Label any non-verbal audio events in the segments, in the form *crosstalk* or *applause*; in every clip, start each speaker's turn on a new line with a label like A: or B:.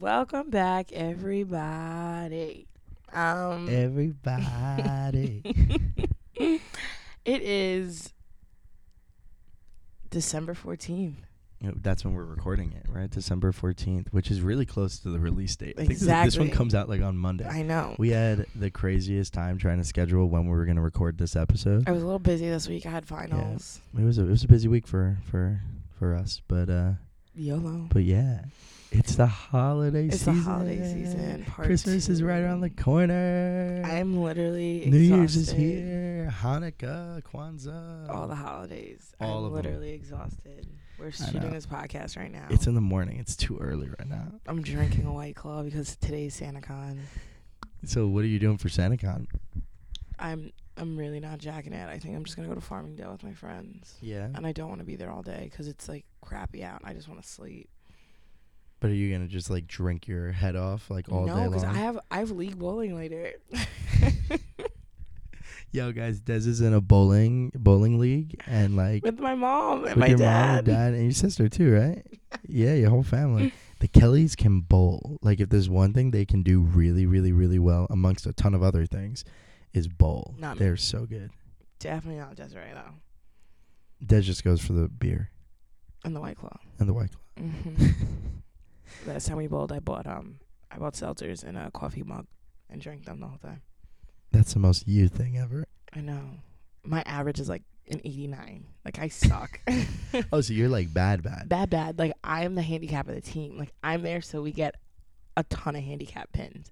A: Welcome back, everybody. Um, *laughs*
B: Everybody.
A: it is December 14th.
B: You know, That's when we're recording it, right? December 14th, which is really close to the release date. I think This, this one
A: Exactly.
B: comes out like on Monday.
A: I know.
B: we had the craziest time trying to schedule when we were going to record this episode.
A: I was a little busy this week. I had finals.
B: It was a, it was a busy week for for for us, but uh
A: YOLO.
B: but yeah. It's the holiday
A: It's the
B: season.
A: holiday season, part
B: Christmas is right around the
A: two.
B: corner.
A: I am literally
B: New Year's is
A: exhausted.
B: here. Hanukkah, Kwanzaa.
A: All the holidays.
B: All
A: I'm
B: of 'em.
A: literally exhausted. We're
B: know.
A: shooting this podcast right now.
B: it's in the morning. It's too early right now.
A: I'm drinking a White Claw because today's SantaCon.
B: So what are you doing for SantaCon?
A: I'm I'm really not jacking it. I think I'm just gonna go to Farmingdale with my friends,
B: Yeah.
A: and I don't want to be there all day because it's like crappy out. I just want to sleep.
B: But are you gonna just like drink your head off like all
A: no,
B: day long?
A: I have I have league bowling
B: *laughs*
A: later.
B: Yo, guys, Des is in a bowling bowling league and like
A: with my mom and
B: with
A: my
B: your mom
A: dad.
B: and dad and your sister too, right?
A: *laughs*
B: yeah, your whole family. The Kellys can bowl. Like if there's one thing they can do really, really, really well amongst a ton of other things, is bowl.
A: Not me.
B: They're so good.
A: Definitely not Desiree though,
B: Des just goes for the beer
A: and the White Claw.
B: and the
A: *laughs*
B: white claw. Mm-hmm.
A: hmm Last time we bowled, I bought um I bought seltzers in a coffee mug and drank them the whole time.
B: That's the most you thing ever.
A: I know my average is like an 89. Like I suck. *laughs*
B: Oh, so you're like bad, bad.
A: bad bad like i'm the handicap of the team like i'm there so we get a ton of handicap pins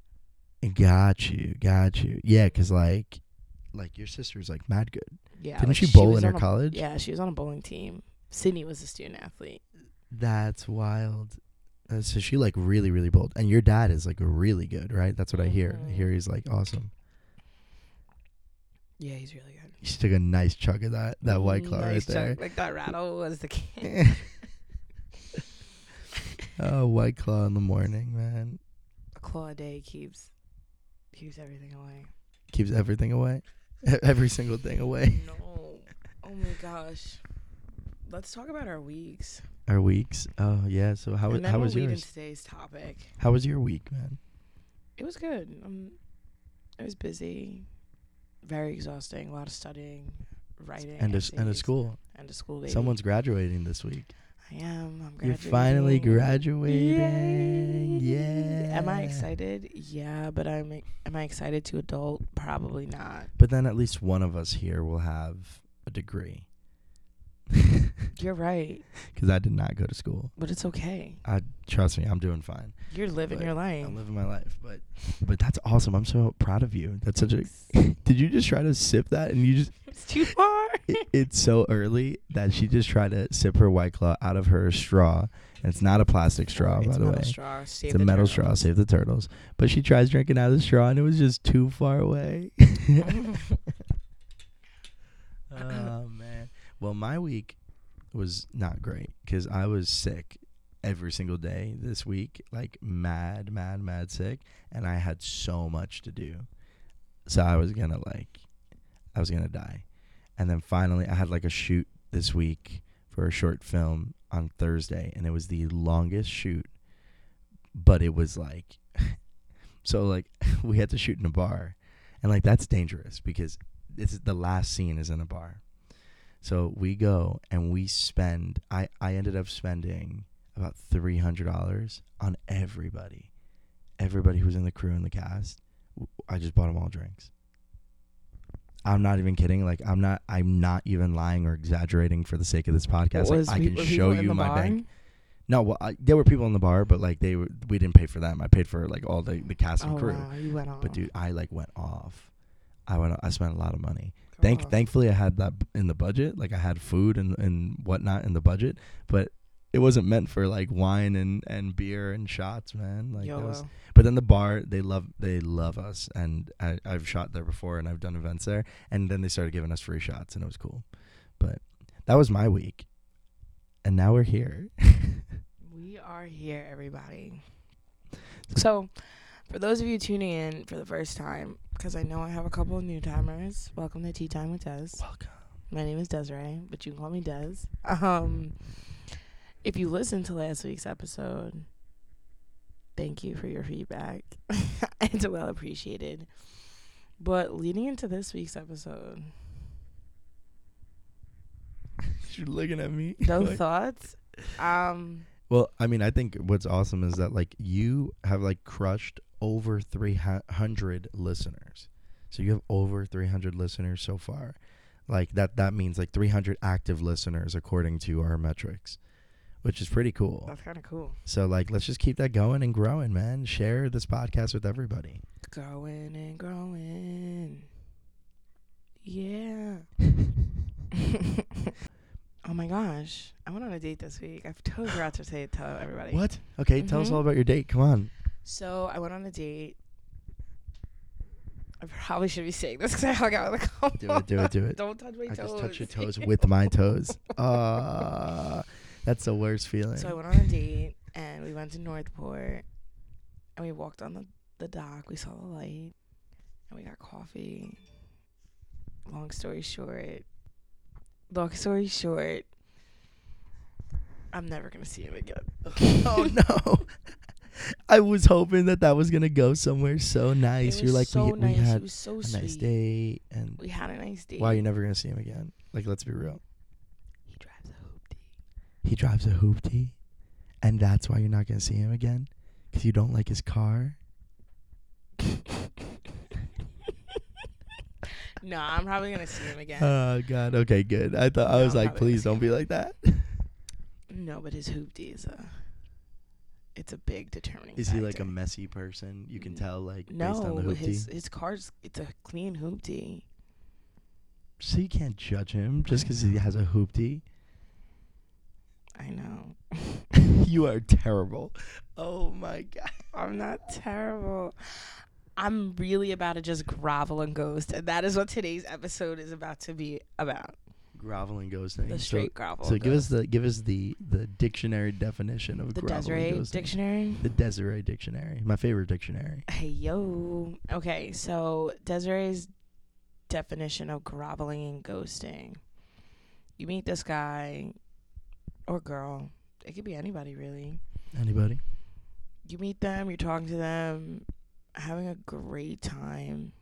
B: Got you, got you. Yeah, cause like, like your sister's like mad good.
A: yeah
B: Didn't
A: like,
B: she bowl
A: Oh, was
B: in her
A: on a-
B: college?
A: yeah she was on a bowling team sydney was a student athlete
B: That's wild. Uh, so she like really, really bold, and your dad is like really good, right? That's what I hear. I
A: Mhm.
B: hear he's like awesome.
A: yeah he's really good Mm,
B: She took a nice chunk of that that white claw
A: Nice
B: right there.
A: joke. like that rattle was the king
B: *laughs* oh, white claw in the morning, man,
A: a claw a day keeps keeps everything away
B: keeps everything away, E- every single thing away.
A: no oh my gosh let's talk about our weeks
B: Our weeks. Oh yeah. So how
A: and then
B: how
A: we'll
B: was
A: lead
B: yours?
A: into today's topic
B: How was your week, man?
A: it was good. Um, it was busy, very exhausting. A lot of studying, writing,
B: And a, s- and a
A: essays,
B: school.
A: and a school. Baby.
B: Someone's graduating this week.
A: I am. I'm graduating.
B: You're finally graduating.
A: Yay.
B: Yeah.
A: Am I excited? Yeah, but I'm. e- Am I excited to adult? Probably not.
B: But then at least one of us here will have a degree. *laughs* Because
A: You're right,
B: I did not go to school.
A: but it's okay.
B: I trust me, I'm doing fine.
A: You're living
B: But
A: your life.
B: I'm living my life. But but that's awesome. I'm so proud of you.
A: *laughs*
B: That's such a. Did you just try to sip that? And you just
A: it's too far. *laughs*
B: it, it's so early that she just tried to sip her white claw out of her straw. And it's not a plastic straw,
A: It's
B: by
A: a
B: the
A: metal
B: way.
A: straw. Save
B: it's a
A: the
B: metal
A: turtle. *laughs*
B: straw. Save the turtles. But she tries drinking out of the straw, and it was just too far away. oh man. Well, my week was not great because I was sick every single day this week, like mad, mad, mad sick, and I had so much to do. So I was gonna like, I was gonna die, and then finally I had like a shoot this week for a short film on Thursday, and it was the longest shoot, but it was like, so like *laughs* we had to shoot in a bar, and like that's dangerous because this is the last scene is in a bar. So we go and we spend. I I ended up spending about three hundred dollars on everybody, everybody who was in the crew and the cast. W- I just bought them all drinks. I'm not even kidding. Like I'm not. I'm not even lying or exaggerating for the sake of this podcast. Like,
A: Was
B: I
A: pe-
B: can
A: were people
B: show
A: in
B: you
A: the
B: my
A: bar?
B: bank. No, well, I, there were people in the bar, but like they were. We didn't pay for them. I paid for like all the the cast and
A: Oh
B: crew.
A: wow, you went on.
B: But dude, I like went off. I went. I spent a lot of money.
A: Oh.
B: Thank, thankfully, I had that b- in the budget. Like I had food and, and whatnot in the budget, but it wasn't meant for like wine and, and beer and shots, man. Like that was.
A: YOLO.
B: But then the bar, they love they love us, and I, I've shot there before and I've done events there, and then they started giving us free shots, and it was cool. But that was my week, and now we're here. *laughs*
A: We are here, everybody. So, for those of you tuning in for the first time, because I know I have a couple of new timers, welcome to Tea Time with Des.
B: Welcome.
A: My name is Desiree, but you can call me Des.
B: Uh-huh.
A: Um, if you listened to last week's episode, Thank you for your feedback. *laughs* it's well appreciated. But leading into this week's
B: *laughs*
A: episode,
B: *laughs* You're looking at me.
A: no
B: like-
A: thoughts. Um,
B: Well, I mean, I think what's awesome is that like you have like crushed over 300 listeners. So you have over 300 listeners so far. Like that that means like 300 active listeners according to our metrics, which is pretty cool.
A: that's kind of cool.
B: So like let's just keep that going and growing, man. Share this podcast with
A: *laughs*
B: everybody.
A: Growing and growing. Yeah. *laughs* oh my gosh, I went on a date this week. I've totally forgot to say tell everybody.
B: What? Okay, tell us
A: Mhm.
B: all about your date. Come on.
A: So I went on a date. I probably should be saying this because I hung out with a couple.
B: Do it, do it, do
A: *laughs*
B: it.
A: Don't touch my
B: I
A: toes.
B: just touched your toes with my toes. *laughs* Uh, that's the worst feeling.
A: *laughs* So I went on a date and we went to Northport and we walked on the, the dock. We saw the light and we got coffee. Long story short, long story short, I'm never going to see him again.
B: *laughs* oh no. *laughs* I was hoping that that was gonna go somewhere so
A: It
B: nice. You're
A: was
B: like
A: so
B: we,
A: nice.
B: we
A: it
B: had
A: was so
B: a
A: sweet.
B: nice date, and
A: We had a nice date.
B: wow, you're never gonna see him again. Like let's be real,
A: He drives a hoopty.
B: he drives a hoopty, and that's why you're not gonna see him again, because you don't like his car.
A: *laughs* No, I'm probably going to see him again.
B: Oh God. Okay, good. I thought I
A: No,
B: was like,
A: probably
B: please
A: not.
B: don't be like that.
A: no, but his hoopty is a. It's a big determining.
B: *laughs* Is he like a
A: factor.
B: messy person? You can
A: N-
B: tell like based on
A: No,
B: the hoopty.
A: his his car's it's a clean hoopty.
B: So you can't judge him just because
A: *laughs*
B: he has a hoopty. *laughs*
A: I know.
B: you are terrible. Oh my God.
A: I'm not terrible. I'm really about to just grovel and ghost, and that is what today's episode is about to be about.
B: Groveling ghost thing.
A: The
B: So-
A: straight grovel.
B: So
A: and
B: give us
A: ghost.
B: the give us the the dictionary definition of
A: the
B: groveling
A: Desiree
B: ghosting.
A: dictionary.
B: The Desiree dictionary, my favorite dictionary.
A: Hey yo. Okay, so Desiree's definition of groveling and ghosting. You meet this guy or girl. It could be anybody really.
B: Anybody?
A: you meet them, you're talking to them, having a great time,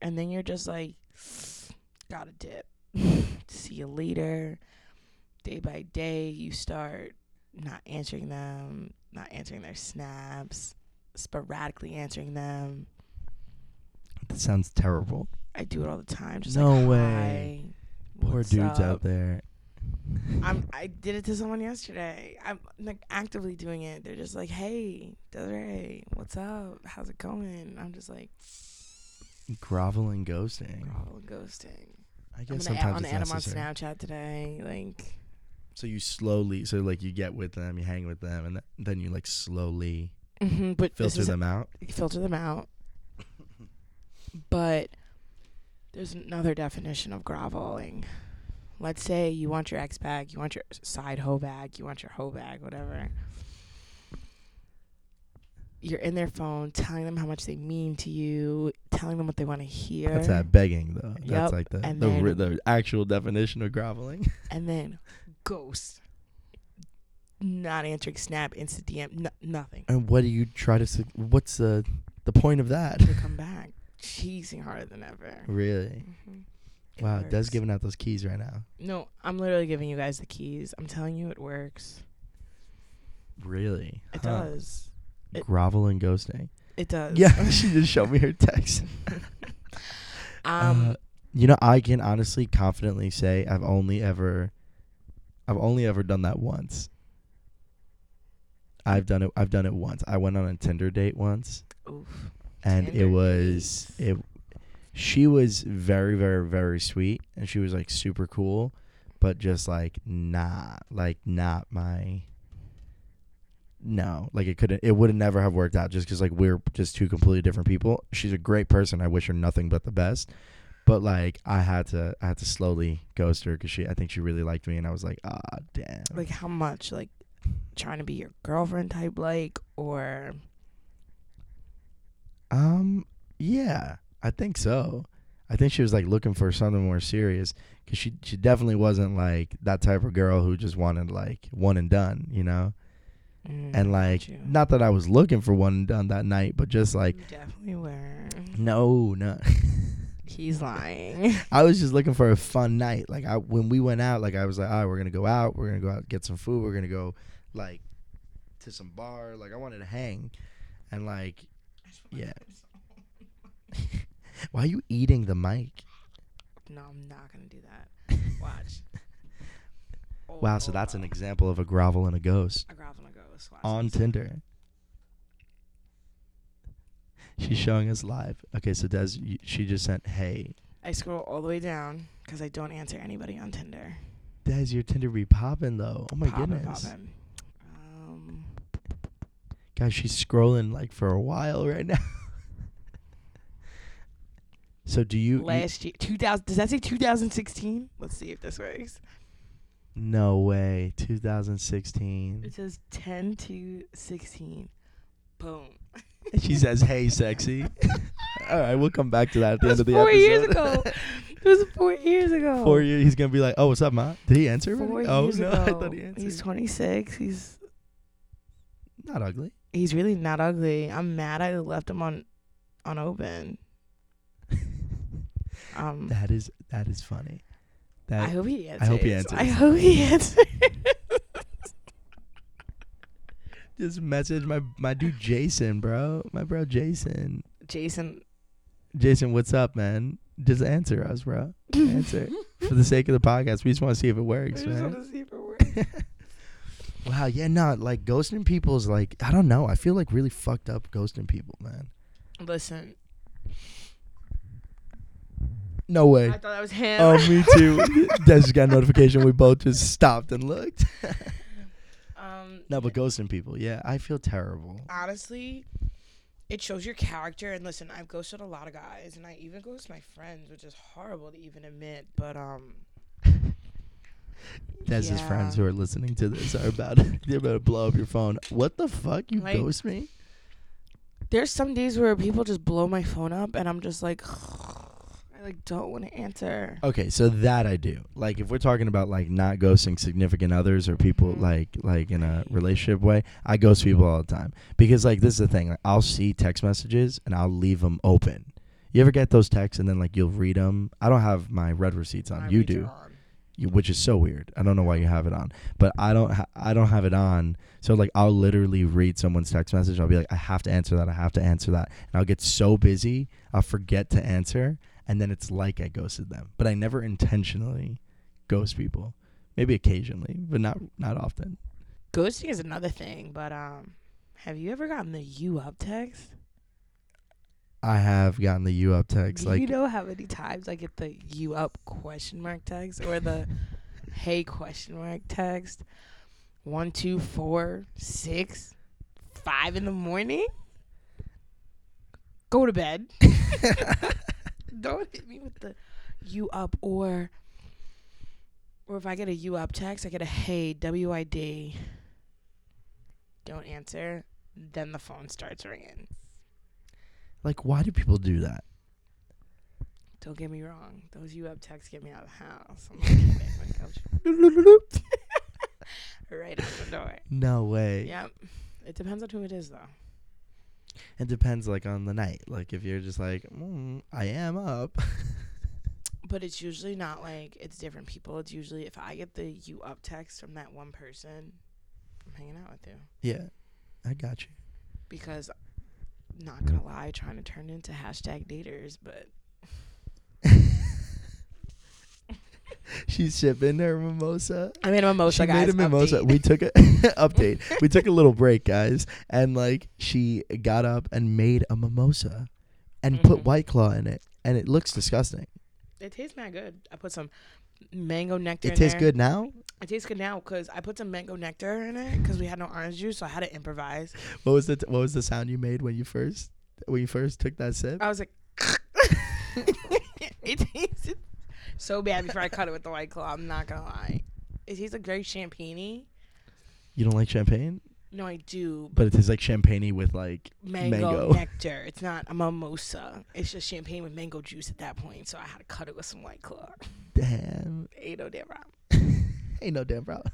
A: and then you're just like, gotta dip. *laughs* See you later. Day by day, you start not answering them, not answering their snaps, sporadically answering them.
B: That sounds terrible.
A: I do it all the time. Just
B: No
A: like,
B: way.
A: Hi,
B: Poor
A: what's
B: dudes
A: up?"
B: out there.
A: I'm,
B: *laughs*
A: I did it to someone yesterday. I'm like actively doing it. They're just like, "Hey, Desiree, what's up? How's it going?" I'm just like,
B: Groveling ghosting.
A: "Girl, ghosting."
B: I
A: I'm
B: guess
A: gonna add,
B: sometimes
A: on
B: it's
A: add him on
B: necessary.
A: Snapchat today. Like,
B: So you slowly, so like you get with them, you hang with them, and th- then you like slowly
A: mhm, *laughs* but this
B: filter
A: is-
B: them out.
A: filter them out. But there's another definition of groveling. Let's say you want your ex bag, you want your side hoe bag, you want your hoe bag, whatever. You're in their phone telling them how much they mean to you, telling them what they want to hear.
B: That's that begging though.
A: Yep,
B: That's like the
A: and
B: the,
A: then-
B: re- the actual definition of groveling.
A: And then ghost. Not answering snap, instant DM, no,
B: *laughs*
A: nothing.
B: And what do you try to? sig- What's the the point of that?
A: They come back, cheesing harder than ever.
B: Really?
A: Mhm.
B: Wow, it does
A: works.
B: giving out those keys right now.
A: No, I'm literally giving you guys the keys. I'm telling you, it works.
B: Really?
A: It
B: Huh.
A: does. It-
B: Grovel and ghosting.
A: It does.
B: Yeah, *laughs* she just showed me her text.
A: *laughs* Um.
B: Uh, you know, I can honestly confidently say I've only ever, I've only ever done that once. I've done it. I've done it once. I went on a Tinder date once,
A: oof.
B: and it
A: Tinder
B: was it. She was very, very, very sweet, and she was like super cool, but just like not, like not my. No, like it couldn't. It would never have worked out just because like we're just two completely different people. She's a great person. I wish her nothing but the best, but like I had to, I had to slowly ghost her because she. I think she really liked me, and I was like, ah, damn.
A: Like how much? Like trying to be your girlfriend type, like or
B: Um, yeah, I think so. I think she was like looking for something more serious because she she definitely wasn't like that type of girl who just wanted like one and done, you know.
A: Mm,
B: and like
A: true.
B: not that I was looking for one and done that night, but just like
A: You definitely
B: *laughs*
A: were.
B: no, no. *laughs*
A: He's lying. *laughs*
B: I was just looking for a fun night. Like I when we went out, like I was like, all right, we're gonna go out, we're gonna go out get some food, we're gonna go like to some bar. Like I wanted to hang, and like yeah. *laughs* Why are you eating the mic?
A: No, I'm not gonna do that. Watch. Oh,
B: *laughs* Wow, so
A: oh,
B: that's an
A: wow.
B: example of a grovel and a ghost
A: A gravel and a ghost. Watch
B: on
A: this.
B: Tinder. She's showing us live. Okay, so Des, you- she just sent, "Hey,
A: I scroll all the way down because I don't answer anybody on Tinder.
B: Des, your Tinder be popping though. Oh my
A: Poppin',
B: goodness,
A: poppin'. Um,
B: guys, she's scrolling like for a while right now." *laughs* so do you? e-, you
A: last year, 2000. Does that say 2016? Let's see if this works.
B: no way, 2016.
A: It says 10 to 16. Boom.
B: *laughs* she says, "Hey,
A: *laughs*
B: sexy." *laughs* All right, we'll come back to that at the
A: That
B: end
A: was
B: of the
A: four
B: episode.
A: years ago. It was four years ago.
B: *laughs* Four years, he's gonna be like, "Oh, what's up, ma?" Did he answer?
A: Four
B: already? oh
A: years
B: no, *laughs*
A: ago.
B: I thought he answered.
A: He's 26. He's
B: Not ugly. *laughs*
A: he's really not ugly. I'm mad I left him on on open. Um,
B: That is that is funny.
A: I
B: That
A: hope he answers.
B: I hope he
A: I
B: answers.
A: hope he answers. *laughs*
B: just message my my dude Jason, bro. My bro Jason.
A: Jason.
B: Jason, what's up, man? Just answer us, bro. Answer. For the sake of the podcast, we just want to see if
A: *laughs*
B: it
A: I
B: works,
A: just
B: man.
A: want to see if it
B: *laughs*
A: works.
B: Wow, yeah, no, like ghosting people is like I don't know. I feel like really fucked up ghosting people, man.
A: Listen,
B: No way.
A: I thought that was him.
B: Oh, me
A: *laughs*
B: too. *laughs* Des just got a notification. We both just stopped and looked.
A: um,
B: No, but ghosting people, yeah, I feel terrible.
A: honestly, it shows your character. And listen, I've ghosted a lot of guys, and I even ghost my friends, which is horrible to even admit. But um,
B: Des's
A: yeah.
B: friends who are listening to this are about *laughs* they're about to blow up your phone. What the fuck? You
A: Like-
B: ghost me?
A: there's some days where people just blow my phone up, and I'm just like, *sighs* I like don't want to answer.
B: Okay, so that I do. Like if we're talking about like not ghosting significant others or people
A: Mhm.
B: like like in a
A: Right.
B: relationship way, I ghost people all the time because like this is the thing. Like I'll see text messages and I'll leave them open. You ever get those texts and then like you'll read them? I don't have my red receipts on.
A: I
B: you
A: reach
B: do.
A: on.
B: you- which is so weird. I don't know why you have it on, but I don't. Ha- I don't have it on. So like, I'll literally read someone's text message. I'll be like, I have to answer that. I have to answer that, and I'll get so busy, I'll forget to answer, and then it's like I ghosted them. But I never intentionally ghost people. Maybe occasionally, but not not often.
A: Ghosting is another thing, but um, have you ever gotten the you up text?
B: I have gotten the you up text.
A: Do
B: Like,
A: you know how many times I get the you up question mark text or
B: *laughs*
A: the hey question mark text? One, two, four, six, five in the morning? Go to
B: *laughs*
A: bed. Don't hit me with the you up or or if I get a you up text, I get a hey W I D. Don't answer. Then the phone starts ringing.
B: like why do people do that?
A: Don't get me wrong. Those you up texts get me out of the house. I'm like, laying on the couch. Doop-doop-doop-doop. *laughs* right out the door.
B: No way.
A: Yep. It depends on who it is, though.
B: It depends, like on the night. Like if you're just like, mm, I am up. *laughs*
A: But it's usually not like it's different people. It's usually if I get the you up text from that one person, I'm hanging out with you.
B: yeah, I got you.
A: Because, not gonna lie, trying to turn into hashtag daters, but
B: She's sipping her mimosa.
A: I made Oh, a mimosa,
B: she
A: guys.
B: made a mimosa.
A: Update.
B: We took a *laughs* update. We took a little break, guys, and like she got up and made a mimosa, and put
A: Mhm.
B: White Claw in it, and it looks disgusting.
A: It tastes not good. I put some mango nectar.
B: it
A: in
B: tastes
A: there.
B: good now.
A: It tastes good now because I put some mango nectar in it because we had no orange juice, so I had to improvise.
B: What was the t- What was the sound you made when you first when you first took that sip?
A: I was like, *laughs* it tasted so bad before I cut it with the white claw. I'm not gonna lie, it tastes like very champagne
B: You don't like champagne,
A: No, I do.
B: but it tastes like champagne with like
A: Mango,
B: Mango.
A: nectar. It's not a mimosa. It's just champagne with mango juice at that point. So I had to cut it with some white claw. *laughs*
B: damn.
A: Ain't no damn problem.
B: Ain't no damn problem.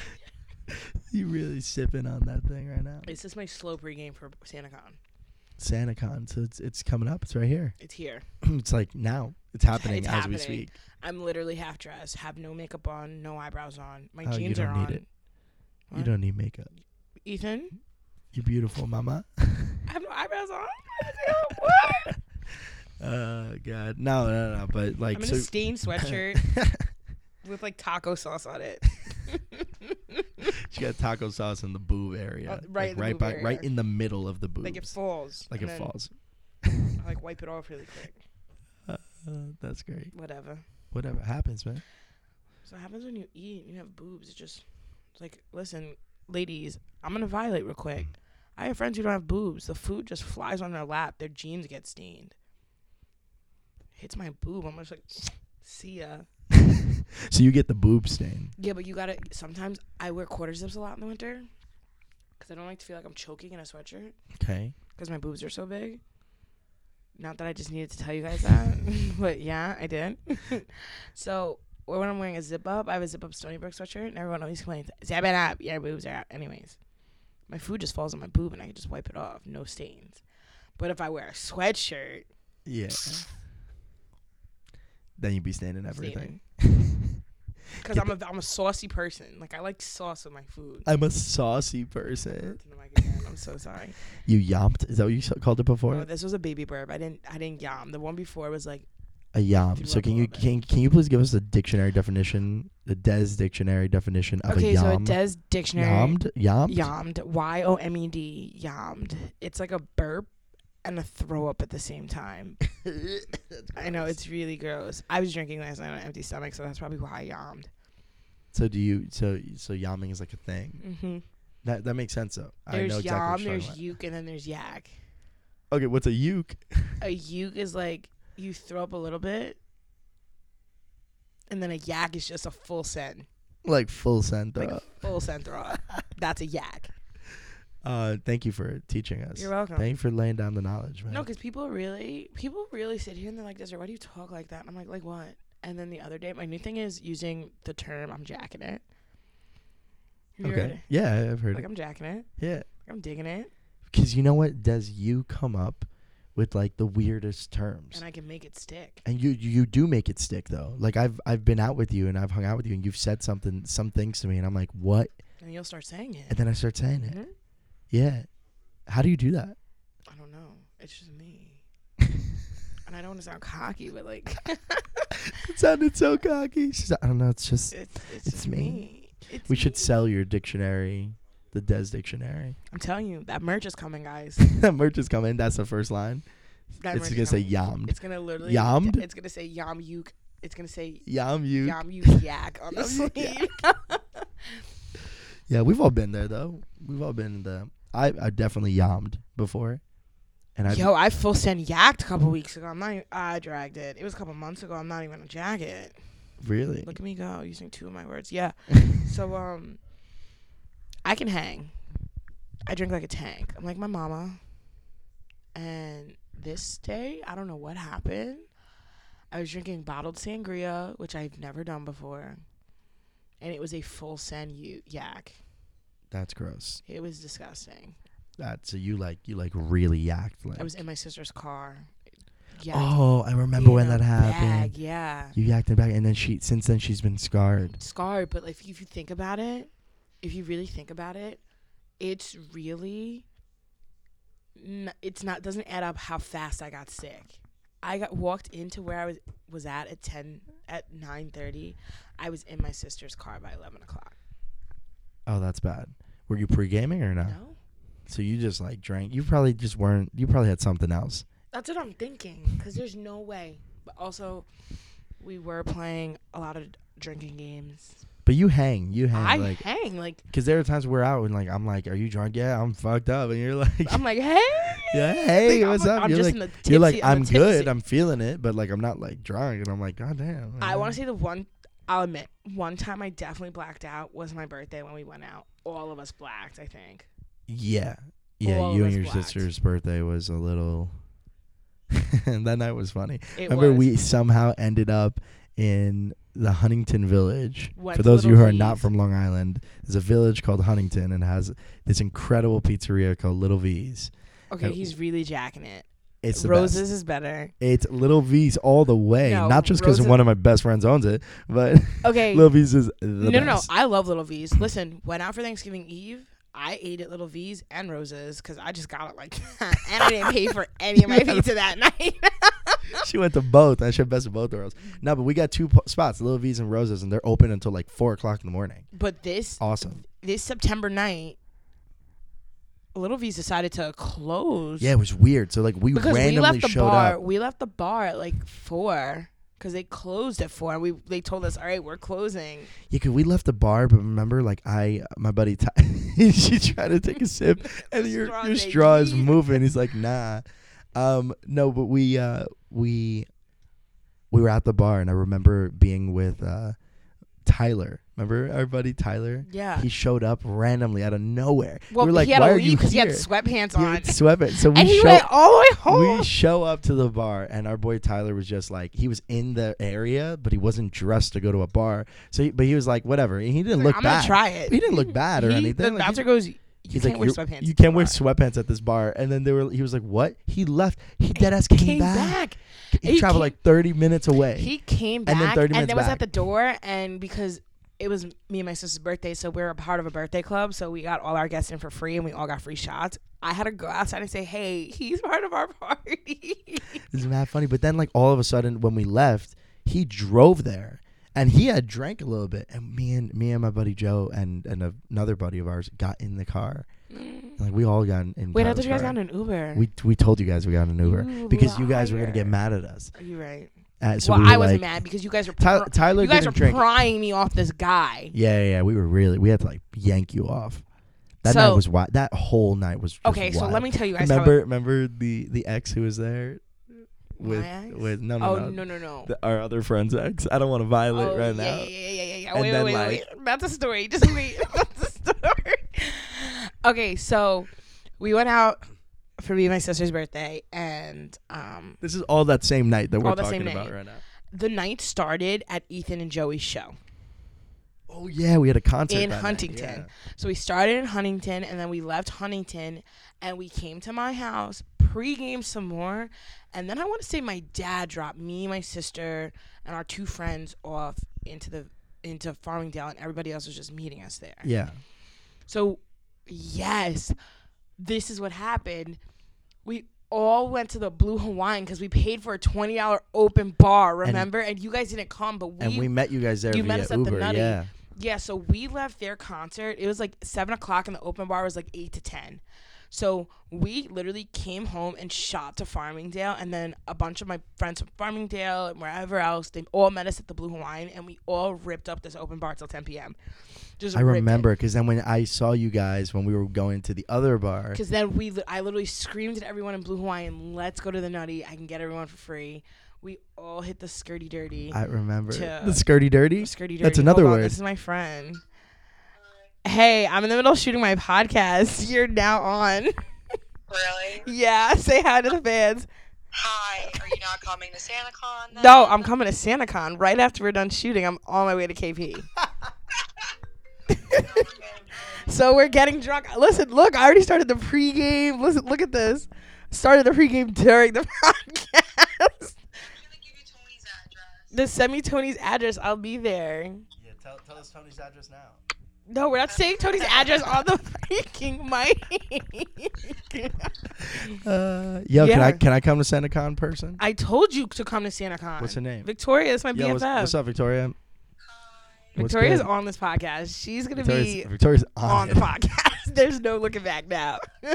B: *laughs* you really sipping on that thing right now.
A: This is my slow pregame for SantaCon.
B: SantaCon, so it's it's coming up. It's right here.
A: It's here.
B: *clears throat* it's like now. It's happening
A: It's
B: as we
A: happening.
B: speak.
A: I'm literally half dressed, have no makeup on, no eyebrows on. My
B: Oh, you
A: jeans are
B: don't
A: on.
B: need it. You
A: What?
B: don't need makeup.
A: Ethan,
B: You're beautiful, mama.
A: I have no eyebrows on. what?
B: Uh, God, no, no, no. But like,
A: I'm in
B: so
A: a stained
B: *laughs*
A: sweatshirt with like taco sauce on it.
B: she got taco sauce in the boob area,
A: Uh, right in
B: like,
A: the
B: right
A: boob
B: by,
A: area.
B: right in the middle of the boobs,
A: like it falls.
B: Like
A: and
B: it
A: then
B: falls.
A: I, like wipe it off really quick.
B: Uh, that's great.
A: Whatever.
B: Whatever happens, man.
A: So it happens when you eat and you have boobs. It's just it's like, listen, ladies, I'm gonna violate real quick.
B: Mm.
A: I have friends who don't have boobs. The food just flies on their lap. Their jeans get stained. Hits my boob. I'm just like, see ya.
B: So you get the boob stain.
A: Yeah, but you gotta. Sometimes I wear quarter zips a lot in the winter because I don't like to feel like I'm choking in a sweatshirt
B: Okay.
A: because my boobs are so big. Not that I just needed to tell you guys that, *laughs* but yeah, I did. *laughs* so or when I'm wearing a zip up, I have a zip up Stony Brook sweatshirt, and everyone always complains, "Zip it up, your boobs are out." Anyways, my food just falls on my boob, and I can just wipe it off, no stains. But if I wear a sweatshirt,
B: *laughs* Yeah. Then you'd be standing everything.
A: everything, because I'm a I'm a saucy person. Like I like sauce with my food.
B: *laughs* I'm a saucy person.
A: Into the mic again, I'm so sorry.
B: You yomped. Is that what you s- called it before?
A: No, this was a baby burp. I didn't I didn't yam. The one before was like
B: a yom.
A: Threw
B: Uh, So
A: up a
B: can you
A: little bit.
B: can, can you please give us a dictionary definition, the Des dictionary definition of a
A: okay,
B: yom?
A: so it does dictionary
B: Yommed? Yommed? *laughs*
A: yammed y o m e d yammed. It's like a burp and a throw up at the same time. I know it's really gross. I was drinking last night on an empty stomach, so that's probably why I yammed.
B: So do you so so yomming is like a thing.
A: Mm-hmm.
B: That that makes sense though. I
A: There's
B: know exactly
A: yam,
B: what you're talking
A: there's
B: about.
A: uke, and then there's yak.
B: Okay, what's a uke?
A: A uke is like you throw up a little bit, and then a yak is just a full send,
B: Like full send
A: like
B: up.
A: full send throw
B: *laughs*
A: up. That's a yak.
B: Uh thank you for teaching us.
A: You're welcome.
B: Thank you for laying down the knowledge, man.
A: No, because people really, people really sit here and they're like, "Desiree, why do you talk like that?" And I'm like, "Like what?" And then the other day, my new thing is using the term "I'm jacking it." You
B: okay.
A: heard it?
B: Yeah, I've heard
A: Like
B: it.
A: I'm jacking it.
B: Yeah.
A: I'm digging it,
B: Cuz you know what? Does you come up with like the weirdest terms?
A: and I can make it stick.
B: and you you do make it stick though. Like I've I've been out with you and I've hung out with you and you've said something some things to me and I'm like what?
A: And you'll start saying it.
B: And then I start saying it.
A: Mhm.
B: Yeah. How do you do that? *laughs*
A: I don't know. It's just me. and I don't want to sound cocky, but like, *laughs*
B: It sounded so cocky. She's like, I don't know. It's just
A: it's it's,
B: It's
A: just
B: me.
A: me. It's
B: we should
A: me.
B: sell your dictionary, the Des dictionary. *laughs*
A: I'm telling you, that merch is coming, guys.
B: that merch is coming. That's the first line.
A: That
B: it's
A: merch
B: gonna
A: is
B: say
A: coming.
B: yammed.
A: It's gonna literally.
B: Yammed?
A: It's gonna say yam uke. It's gonna say
B: Yam you.
A: yam uke yak on the
B: Yam uke
A: sleeve.
B: Yeah, we've all been there though. We've all been in the. I I definitely yammed before, and I.
A: *laughs* Yo, I full send yacked a couple weeks ago. I'm not. Even, I dragged it. It was a couple months ago. I'm not even a jacket. *laughs*
B: really.
A: Look at me go using two of my words. Yeah. so um, I can hang. I drink like a tank. I'm like my mama. And this day, I don't know what happened. I was drinking bottled sangria, which I've never done before, and it was a full send you yak.
B: That's gross.
A: It was disgusting.
B: That so you like you like really yacked like.
A: I was in my sister's car. Yacked
B: oh, I remember when
A: in a
B: that happened.
A: bag, Yeah.
B: You yacked in back, and then she since then she's been scarred.
A: scarred, but like if you if you think about it, if you really think about it, it's really n- it's not doesn't add up how fast I got sick. I got walked into where I was was at at ten at nine thirty. I was in my sister's car by eleven o'clock.
B: Oh, that's bad. Were you pre gaming or not?
A: No,
B: So you just like drank. You probably just weren't. You probably had something else.
A: that's what I'm thinking because there's no way. But also, we were playing a lot of drinking games.
B: But you hang. You hang.
A: I
B: like
A: hang like
B: Because there are times we're out and like I'm like, "Are you drunk? Yeah, I'm fucked up," and you're *laughs* like,
A: I'm like hey
B: "Yeah, hey,
A: Like, I'm
B: what's
A: like-
B: up?"
A: I'm
B: you're
A: just
B: like,
A: in the
B: "You're like,
A: tipsy-
B: I'm,
A: in the
B: good,
A: tipsy-
B: I'm feeling it," but like I'm not like drunk, and I'm Mm. like, "God damn."
A: I want to say the one I'll admit one time I definitely blacked out was my birthday when we went out. All of us blacked, I think.
B: Yeah, yeah.
A: All of
B: you
A: us
B: and your
A: blacked.
B: sister's birthday was a little. *laughs* that night was funny.
A: It
B: Remember,
A: was.
B: we somehow ended up in the Huntington Village.
A: What's
B: For those of you who
A: Little
B: are not
A: V's?
B: from Long Island, there's a village called Huntington and has this incredible pizzeria called Little V's.
A: Okay,
B: Uh,
A: he's really jacking it.
B: It's the best.
A: Roses is better.
B: It's Little V's all the way.
A: No,
B: Not just because
A: Rosa-
B: one of my best friends owns it, but *laughs*
A: Okay.
B: Little V's is the
A: no, no, no.
B: best.
A: I love Little V's. Listen, went out for Thanksgiving Eve. I ate at Little V's and Roses because I just got it like *laughs* that. And I didn't pay for any
B: *laughs*
A: of my pizza that night. *laughs*
B: She went to both. I should have best of both worlds. No, but we got two po- spots, Little V's and Roses, and they're open until like four o'clock in the morning.
A: but this
B: Awesome.
A: this September night, Little V's decided to close.
B: Yeah, it was weird. So like we
A: because we
B: randomly
A: left the
B: showed
A: bar.
B: up.
A: We left the bar at like four because they closed at four. We they told us, all right, we're closing.
B: Yeah, cause we left the bar, but remember, like I, my buddy, Ty, *laughs* she tried to take a sip,
A: *laughs*
B: and
A: The
B: your
A: straw
B: your
A: they
B: straw is
A: need.
B: moving. He's like, nah, um, no, but we uh we we were at the bar, and I remember being with uh Tyler. Remember our buddy Tyler?
A: Yeah.
B: He showed up randomly out of nowhere.
A: well,
B: we were like,
A: he had
B: why
A: to
B: are you
A: leave because he had
B: here?"
A: sweatpants
B: Yeah,
A: on,
B: swept it. So *laughs* we
A: and he
B: show,
A: went all the way home.
B: we show up to the bar, and our boy Tyler was just like he was in the area, but he wasn't dressed to go to a bar. So, he, but he was like, whatever. And he didn't
A: He's
B: look
A: like, I'm
B: bad.
A: gonna try it.
B: He didn't look bad or
A: He- The
B: anything. Like,
A: bouncer goes, "You
B: he's
A: can't
B: like,
A: wear
B: "You're-
A: sweatpants.
B: You
A: at the
B: can't wear
A: bar."
B: sweatpants at this bar. And then they were. He was like, what? He left. He dead ass came,
A: Came
B: back.
A: back.
B: He,
A: He
B: traveled
A: came-
B: like thirty minutes away.
A: He came back
B: And
A: and
B: then
A: then,
B: 30 minutes
A: was
B: back.
A: at the door and because it was me and my sister's birthday, so we were a part of a birthday club, so we got all our guests in for free and we all got free shots. I had to go outside and say, Hey, he's part of our *laughs* party.
B: It's mad funny. But then, like, all of a sudden, when we left, he drove there and he had drank a little bit. And me and me and my buddy Joe and, and a- another buddy of ours got in the car. And, like, we all got in. in
A: Wait, I
B: Tyler's
A: thought you guys
B: car.
A: got an Uber.
B: We, we told you guys we got an Uber
A: You
B: because you guys were going to get
A: liar.
B: mad at us.
A: Are you right?
B: Uh, so
A: well,
B: we were
A: I wasn't
B: like-
A: mad because you guys were
B: Ty-
A: pr-
B: Tyler
A: you guys were
B: didn't drink.
A: prying me off this guy.
B: yeah, yeah, yeah. We were really, we had to like yank you off. That night
A: So-
B: was wild. That whole night was just
A: Okay, so
B: wild.
A: let me tell you guys
B: remember remember the the ex who was there
A: My
B: with
A: ex?
B: with no
A: how
B: no
A: it, Oh
B: no,
A: no no no.
B: The- our other friend's ex. I don't want to violate
A: Oh,
B: right
A: yeah,
B: now.
A: Yeah, yeah, yeah, yeah, yeah.
B: And
A: Wait,
B: then,
A: wait, wait, wait. That's a story. *laughs* Just wait. That's a story. Okay, so we went out for me and my sister's birthday, and um,
B: This is all that same night that we're
A: All that
B: talking
A: same
B: about
A: night.
B: right now.
A: the night started at Ethan and Joey's show
B: Oh yeah, we had a concert
A: in
B: that night,
A: Huntington.
B: yeah.
A: So we started in Huntington, and then we left Huntington, and we came to my house, pregame some more, and then I want to say my dad dropped me, my sister, and our two friends off into the into Farmingdale, and everybody else was just meeting us there.
B: Yeah.
A: So, yes, this is what happened. We all went to the Blue Hawaiian because we paid for a twenty dollar open bar. Remember, and, you guys didn't come, but we,
B: and we met you guys there
A: you
B: via
A: met us at the
B: Uber.
A: Nutty.
B: Yeah.
A: yeah. So we left their concert. It was like seven o'clock, and the open bar was like eight to ten. So we literally came home and shot to Farmingdale, and then a bunch of my friends from Farmingdale and wherever else, they all met us at the Blue Hawaiian, and we all ripped up this open bar till 10 p.m. Just
B: I
A: ripped it.
B: remember because then when I saw you guys when we were going to the other bar,
A: Because then we, li- I literally screamed at everyone in Blue Hawaiian, "Let's go to the Nutty! I can get everyone for free." We all hit the skirty dirty.
B: I remember
A: to-
B: the skirty dirty.
A: skirty dirty.
B: That's another
A: Hold on,
B: word.
A: This is my friend. Hey, I'm in the middle of shooting my podcast. *laughs* You're now on.
C: Really?
A: yeah, say hi to the fans.
C: Hi. Are you not coming to SantaCon? Then?
A: No, I'm coming to SantaCon right after we're done shooting. I'm on my way to *laughs* KP. So we're getting drunk. Listen, look, I already started the pregame. Listen, look at this. Started the pregame during the *laughs* podcast.
C: I'm gonna give you Tony's address.
A: Just send me Tony's address. I'll be there.
B: Yeah, tell, tell us Tony's address now.
A: No, we're not saying Tony's address on the *laughs* freaking mic. *laughs*
B: Uh, yo, can I
A: Yeah.
B: can I come to SantaCon person?
A: I told you to come to SantaCon.
B: What's her name?
A: Victoria is my
B: Yo, what's,
A: BFF.
B: what's up, Victoria? What's
A: Victoria's
B: good?
A: on this podcast. She's gonna
B: Victoria's,
A: be
B: Victoria's on,
A: on the
B: it. *laughs*
A: podcast. *laughs* There's no looking back now. *laughs*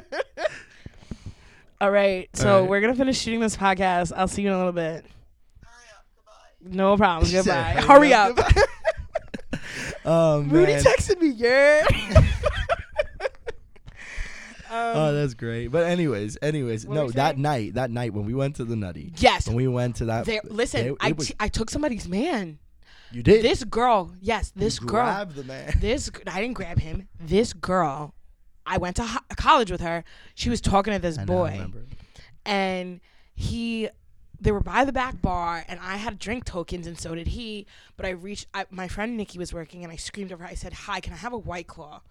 A: All right, so
B: All right.
A: we're gonna finish shooting this podcast. I'll see you in a little bit.
C: Hurry up. Goodbye.
A: No problem.
B: *laughs* She said,
A: Goodbye.
B: "Hurry
A: Hurry
B: up,
A: up. *laughs*
B: *laughs* Oh man.
A: Moody texted me.
B: *laughs*
A: Yeah. um,
B: Oh, that's great. But anyways, anyways,
A: What were
B: no,
A: we
B: that
A: saying?
B: night, that night when we went to the Nutty,
A: yes.
B: when we went to that,
A: There, listen,
B: they-
A: I
B: it was-
A: t- I took somebody's man.
B: you did
A: This girl, yes,
B: You
A: this girl,
B: grabbed the man. *laughs*
A: this g- I didn't grab him. This girl, I went to ho- college with her. She was talking to this
B: I know, I
A: boy,
B: remember.
A: and he they were by the back bar and I had drink tokens and so did he. But I reached, I, my friend Nikki was working and I screamed over, her. I said, Hi, can I have a white claw?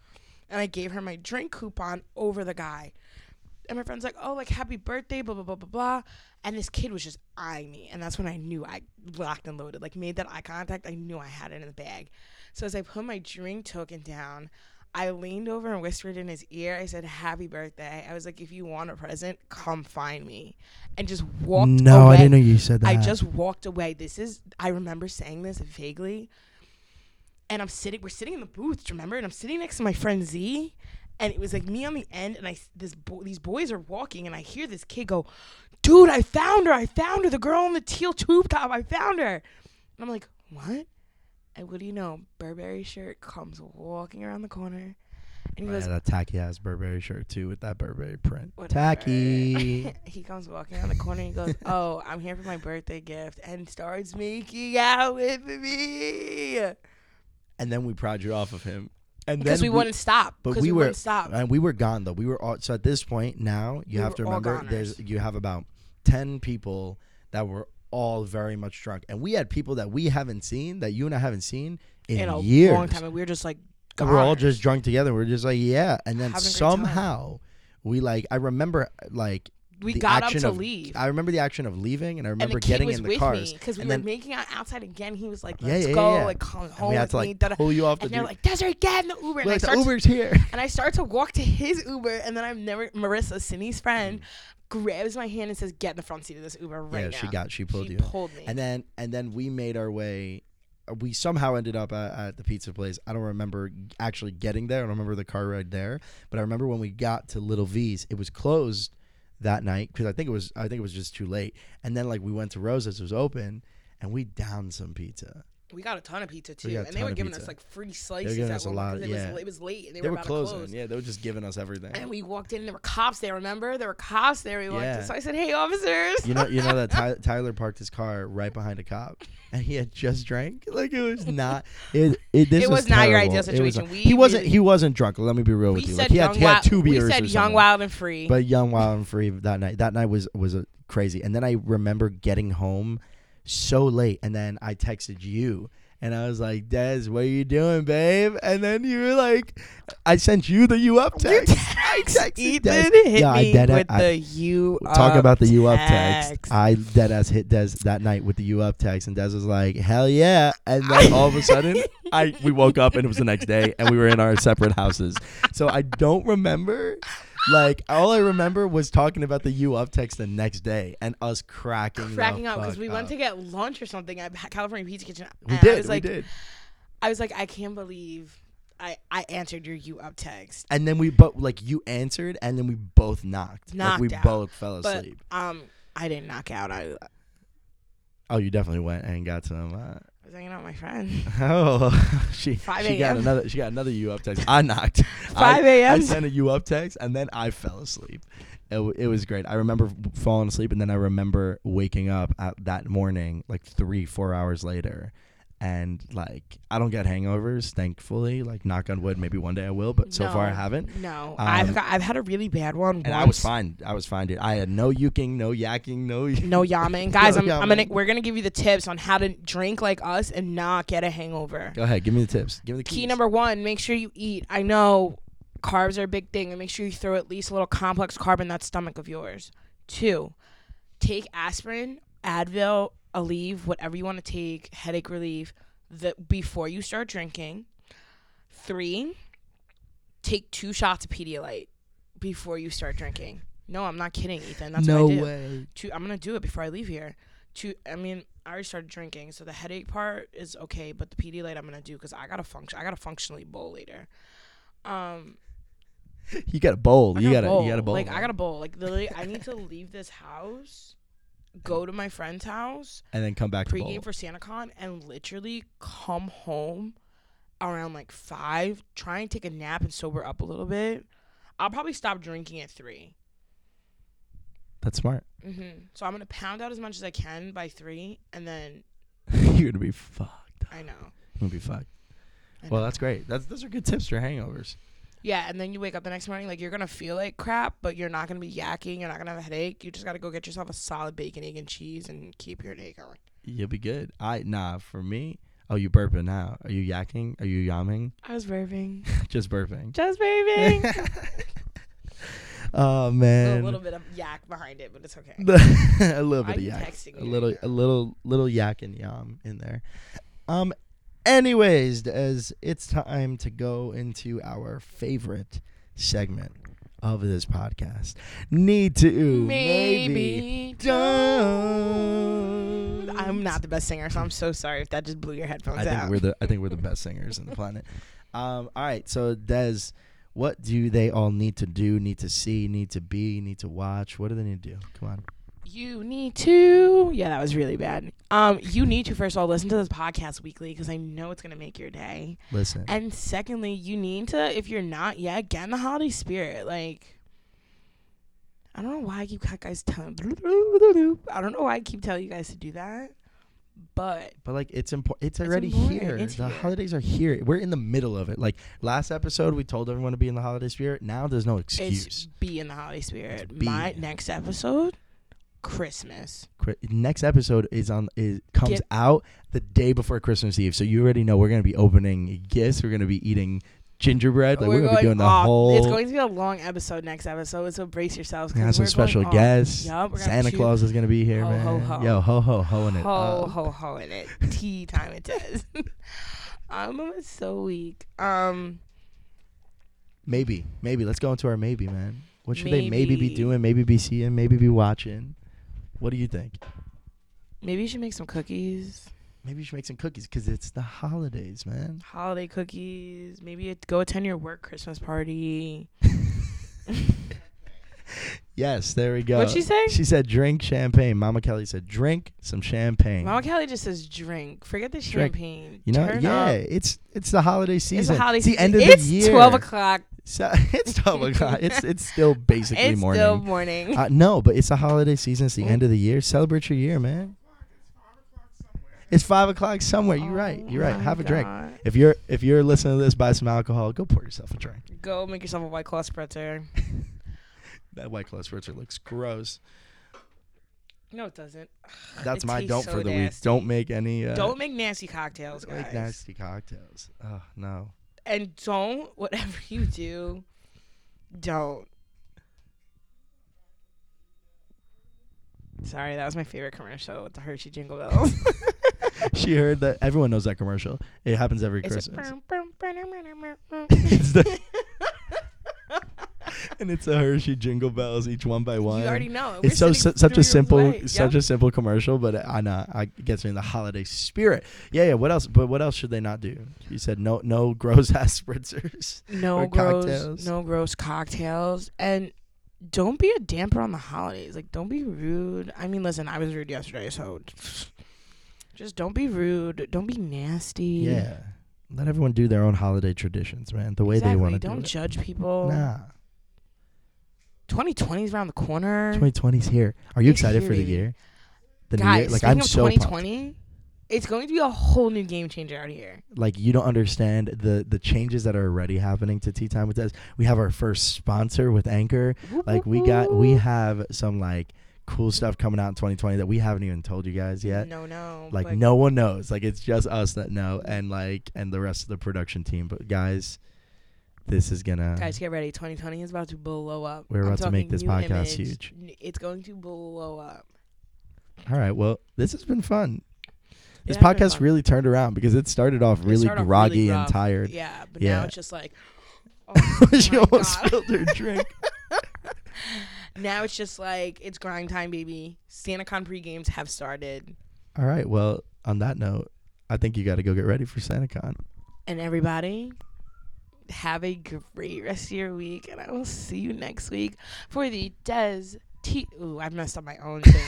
A: And I gave her my drink coupon over the guy. And my friend's like, Oh, like happy birthday, blah, blah, blah, blah, blah. And this kid was just eyeing me. And that's when I knew I locked and loaded, like made that eye contact. I knew I had it in the bag. So as I put my drink token down, I leaned over and whispered in his ear. I said, "Happy birthday." I was like, "If you want a present, come find me," and just walked.
B: No,
A: away.
B: I didn't know you said that.
A: Oh, I just walked away. This is I remember saying this vaguely. And I'm sitting we're sitting in the booth, remember? And I'm sitting next to my friend Z and it was like me on the end and I s- this bo- these boys are walking and I hear this kid go, "Dude, I found her. I found her. The girl in the teal tube top. I found her." And I'm like, "What?" And what do you know? Burberry shirt comes walking around the corner. And he
B: I
A: goes,
B: had a tacky ass Burberry shirt too with that Burberry print.
A: Whatever. *laughs*
B: Tacky.
A: he comes walking around the corner and he goes, *laughs* Oh, I'm here for my birthday gift and starts making out with me.
B: and then we pried you off of him. And
A: Because
B: then
A: we, wouldn't stop.
B: but
A: Because
B: we
A: we,
B: were-
A: wouldn't stop.
B: and we were gone though. We were all so at this point now you
A: We
B: have to
A: were all
B: remember
A: goners.
B: there's you have about ten people that were all very much drunk, and we had people that we haven't seen that you and I haven't seen in,
A: in a
B: years.
A: long time. And we were just like,
B: And we're all
A: goners.
B: just drunk together. We're just like yeah, and then
A: Having a great time.
B: somehow we like I remember like
A: we
B: the
A: got up
B: action
A: to
B: of-
A: leave.
B: I remember the action of leaving, and I
A: and
B: remember
A: the kid
B: getting
A: was
B: in the
A: with
B: cars.
A: me because we
B: and
A: were
B: then-
A: making out outside again. He was like,
B: Yeah,
A: "Let's
B: yeah,
A: go,
B: yeah, yeah.
A: like come
B: and
A: home
B: we had
A: with
B: to
A: me."
B: like
A: da, da.
B: pull you off the.
A: And they're
B: dude.
A: like, "Desiree, get in the Uber." And
B: We're
A: I
B: like, the
A: start to
B: Uber's here.
A: and I start to walk to his Uber, and then I've never Marissa, Cindy's friend, grabs my hand and says, "Get in the front seat of this Uber right
B: Mm. yeah,
A: now."
B: she got she pulled
A: she
B: you.
A: pulled me.
B: and then and then we made our way uh, we somehow ended up at, at the pizza place i don't remember actually getting there i don't remember the car ride there but i remember when we got to little v's it was closed that night because i think it was i think it was just too late and then like we went to rosa's it was open and we downed some pizza
A: we got a ton of pizza too,
B: got a
A: and they
B: ton
A: were
B: of
A: giving
B: pizza.
A: us like free slices.
B: giving
A: at
B: us a
A: one point
B: lot,
A: 'cause
B: yeah.
A: It was, it was late, and they,
B: they
A: were,
B: were
A: about
B: closing
A: to close.
B: yeah they were just giving us everything
A: And we walked in, and there were cops there. Remember, there were cops there. We walked
B: Yeah.
A: in, so I said, "Hey, officers!"
B: you know you know that Ty- tyler parked his car right behind a cop and he had just drank like it was not it, it, this
A: It was not your
B: terrible.
A: ideal
B: It was
A: situation.
B: not-
A: We
B: he wasn't
A: really-
B: he wasn't drunk let me be real
A: we
B: with you
A: said
B: like he had,
A: young,
B: he had
A: wild.
B: two beers
A: we said
B: or
A: young,
B: something.
A: wild, and free.
B: But Young Wild and Free that night. That night was was a crazy. And then I remember getting home so late, and then I texted you, and I was like, "Des, what are you doing, babe?" And then you were like, "I sent you the you up text." I texted
A: Ethan
B: Des.
A: hit
B: yeah,
A: me
B: I dead
A: with
B: I,
A: the you
B: Talk
A: up
B: about the you up text.
A: text.
B: I dead ass hit Des that night with the you up text, and Des was like, "Hell yeah!" And then all of a sudden,
A: *laughs*
B: I we woke up and it was the next day, and we were in our separate houses. So I don't remember. Like all I remember was talking about the you up text the next day, and us cracking
A: cracking
B: the
A: up because
B: fuck ah.
A: we went to get lunch or something at California Pizza Kitchen.
B: We
A: and I
B: did.
A: was like,
B: we did.
A: I was like, I can't believe I I answered your you up text.
B: And then we both like you answered, and then we both knocked. like we
A: Knocked out.
B: both fell
A: But
B: asleep.
A: um, I didn't knock out. I, I
B: oh, you definitely went and got some. Uh,
A: was hanging out with my friend.
B: Oh, she
A: 5
B: she got
A: a.m..
B: another she got another you up text. I knocked.
A: *laughs*
B: I-
A: 5
B: I
A: a.m..
B: sent a you up text and then I fell asleep. It, w- it was great. I remember falling asleep and then I remember waking up at that morning like three four hours later, and like I don't get hangovers thankfully. Like knock on wood, maybe one day I will, but *laughs* so far I
A: No,
B: haven't.
A: No,
B: Um,
A: I've got, I've had a really bad one.
B: And
A: once.
B: I was fine. I was fine, dude. I had no yuking, no yakking, no.
A: No yamming, guys. I'm, I'm gonna
B: yamming.
A: we're gonna give you the tips on how to drink like us and not get a hangover.
B: *laughs* Go ahead, give me the tips. Give me the keys.
A: Key number one: make sure you eat. I know carbs are a big thing, and make sure you throw at least a little complex carb in that stomach of yours. Two, take aspirin, Advil, Aleve, whatever you want to take, headache relief, the, before you start drinking. Three, take two shots of Pedialyte before you start drinking. No, I'm not kidding, Ethan. That's
B: no
A: what I do.
B: way.
A: Two, I'm gonna do it before I leave here. Two, I mean, I already started drinking, so the headache part is okay, but the Pedialyte I'm gonna do because I gotta function. I gotta functionally bowl later. Um,
B: You got a bowl.
A: I
B: You got
A: gotta
B: a
A: bowl.
B: you got a bowl.
A: Like I
B: man.
A: gotta bowl. Like literally, I need to leave this house, go to my friend's house,
B: and then come back to bowl.
A: pregame for SantaCon, and literally come home around like five. Try and take a nap and sober up a little bit. I'll probably stop drinking at three.
B: That's smart. *laughs*
A: Mm-hmm. So I'm gonna pound out as much as I can by three, and then
B: You're gonna be fucked.
A: I know.
B: You're gonna be fucked.
A: I
B: Well,
A: know.
B: that's great. That's those are good tips for hangovers.
A: Yeah, and then you wake up the next morning, like you're gonna feel like crap, but you're not gonna be yakking, you're not gonna have a headache. You just gotta go get yourself a solid bacon, egg, and cheese and keep your day going.
B: You'll be good. I nah. For me, oh, you burping now? Are you yakking? Are you yamming? *laughs*
A: I was *laughs* burping.
B: Just burping.
A: Just
B: *laughs*
A: burping.
B: oh
A: a
B: man.
A: little bit of yak behind it, but it's okay.
B: The- *laughs* a little
A: Why
B: bit of
A: you
B: yak.
A: texting
B: A
A: me
B: little
A: right
B: a little little yak and yam in there. Um anyways, as it's time to go into our favorite segment of this podcast. Need to maybe, don't.
A: I'm not the best singer, so I'm so sorry if that just blew your headphones out.
B: I think we're the I think we're the best singers on
A: *laughs*
B: the planet. Um, all right, so Des, what do they all need to do, need to see, need to be, need to watch? What do they need to do? Come on.
A: You need to. Yeah, that was really bad. Um, you need to first of all listen to this podcast weekly because I know it's gonna make your day.
B: Listen.
A: And secondly, you need to, if you're not yet, get in the holiday spirit. Like, I don't know why I keep cut guys telling. I don't know why I keep telling you guys to do that, but
B: but like it's important. It's already
A: important.
B: here.
A: It's
B: the
A: here.
B: holidays are here. We're in the middle of it. Like last episode, we told everyone to be in the holiday spirit. Now there's no excuse.
A: it's be in the holiday spirit.
B: It's be.
A: My next episode, Christmas.
B: Chri- next episode is on is comes
A: Get-
B: out the day before Christmas Eve, so you already know we're gonna be opening gifts. We're gonna be eating gingerbread. Like we're, gonna be doing the
A: off.
B: whole.
A: It's going to be a long episode next episode, so brace yourselves.
B: we
A: 'cause
B: got some
A: we're
B: special
A: going off.
B: guests.
A: Yup, we're gonna
B: Santa
A: chew-
B: Claus is gonna be here,
A: Ho,
B: man.
A: ho, ho.
B: Yo, ho ho hoing it. Uh,
A: Ho
B: up.
A: ho ho in it. Tea time it *laughs* does. I'm so weak. Um.
B: Maybe, maybe. Let's go into our maybe, man. What should they maybe be
A: Maybe.
B: doing? Maybe be seeing. Maybe be watching. What do you think?
A: Maybe you should make some cookies,
B: Maybe you should make some cookies because it's the holidays, man.
A: *laughs* holiday cookies. Maybe it- go attend your work Christmas party.
B: Yes, there we go.
A: What'd she say?
B: She said drink champagne. Mama Kelly said drink some champagne.
A: Mama Kelly just says drink. Forget the
B: Drink.
A: champagne.
B: You know,
A: Turn
B: yeah,
A: up.
B: it's it's the holiday season.
A: It's the holiday
B: It's the
A: season.
B: end of
A: it's
B: the year.
A: twelve o'clock.
B: *laughs* So, it's twelve o'clock. It's it's still
A: *laughs*
B: basically
A: it's
B: morning.
A: still morning.
B: uh, no, but it's the holiday season. It's the end of the year. Celebrate your year, man. It's five o'clock somewhere. You're right.
A: Oh
B: You're right.
A: my
B: Have a drink.
A: God.
B: If you're if you're listening to this, buy some alcohol. Go pour yourself a drink.
A: Go make yourself a white claw spritzer.
B: That white claw spritzer looks gross.
A: No, it doesn't.
B: That's
A: It
B: my
A: tastes
B: don't
A: so
B: for the week.
A: nasty.
B: Don't make any. Uh,
A: Don't make nasty cocktails,
B: don't make
A: guys.
B: nasty cocktails. Oh no. *laughs*
A: And don't *laughs* whatever you do, don't. Sorry, that was my favorite commercial with the Hershey Jingle
B: *laughs*
A: Bells.
B: she heard that everyone knows that commercial. It happens every
A: It's a
B: Christmas.
A: brum, brum, brum, brum, brum, brum.
B: *laughs* It's
A: *laughs*
B: the- and it's a Hershey jingle bells each one by one.
A: You already know.
B: it's so, su- such a simple such
A: a.
B: a simple commercial, but I know I it gets me in the holiday spirit. Yeah, yeah. What else? But what else should they not do? You said no, no gross *laughs* ass spritzers.
A: no
B: or
A: gross
B: cocktails.
A: no gross cocktails and don't be a damper on the holidays like don't be rude i mean listen i was rude yesterday so just don't be rude don't be nasty
B: Yeah, let everyone do their own holiday traditions, man. The way
A: exactly.
B: they want to do
A: don't
B: it.
A: judge people
B: Nah,
A: 2020 is around the corner
B: 2020's here. Are you
A: It's
B: excited
A: here,
B: for the
A: baby.
B: year? The new
A: guys
B: year? Like
A: speaking
B: I'm
A: of
B: so pumped.
A: 2020 it's going to be a whole new game changer out here
B: like you don't understand the the changes that are already happening to Tea Time with us. We have our first sponsor with Anchor. Like we got we have some like cool stuff coming out in 2020 that we haven't even told you guys yet.
A: no no
B: Like
A: but
B: no one knows. Like it's just us that know and like and the rest of the production team. But guys, this is gonna
A: Guys, get ready. 2020 is about to blow up.
B: We're
A: I'm
B: about to make
A: talking
B: this
A: new
B: podcast
A: image.
B: huge.
A: N- It's going to blow up.
B: All right, well, this has been fun. This
A: It has been
B: podcast
A: fun.
B: really turned around because it started off
A: It
B: really
A: started off
B: groggy and
A: rough.
B: tired.
A: Yeah, but
B: Yeah.
A: now it's just
B: *laughs*
A: like, oh
B: she
A: my
B: almost
A: God.
B: spilled
A: *laughs*
B: her drink.
A: now it's just like it's grind time, baby. SantaCon pre games have started,
B: All right, well, on that note, I think you got to go get ready for SantaCon.
A: and everybody have a great rest of your week, and I will see you next week for the Des T. Ooh, I messed up my own thing.
B: *laughs*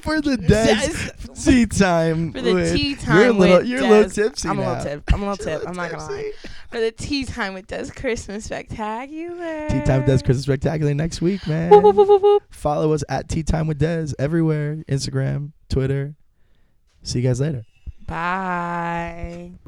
B: for the Des
A: Des-
B: tea time.
A: For the
B: with-
A: tea time
B: You're a little,
A: with
B: you're a little
A: Des.
B: tipsy
A: I'm a
B: now.
A: little tip. I'm a little
B: You're
A: tip. I'm not gonna lie.
B: tipsy.
A: For the tea time with Des Christmas Spectacular.
B: Tea time with Des Christmas Spectacular next week, man.
A: Whoop, whoop, whoop, whoop, whoop.
B: Follow us at Tea Time with Des everywhere Instagram, Twitter. See you guys later.
A: Bye.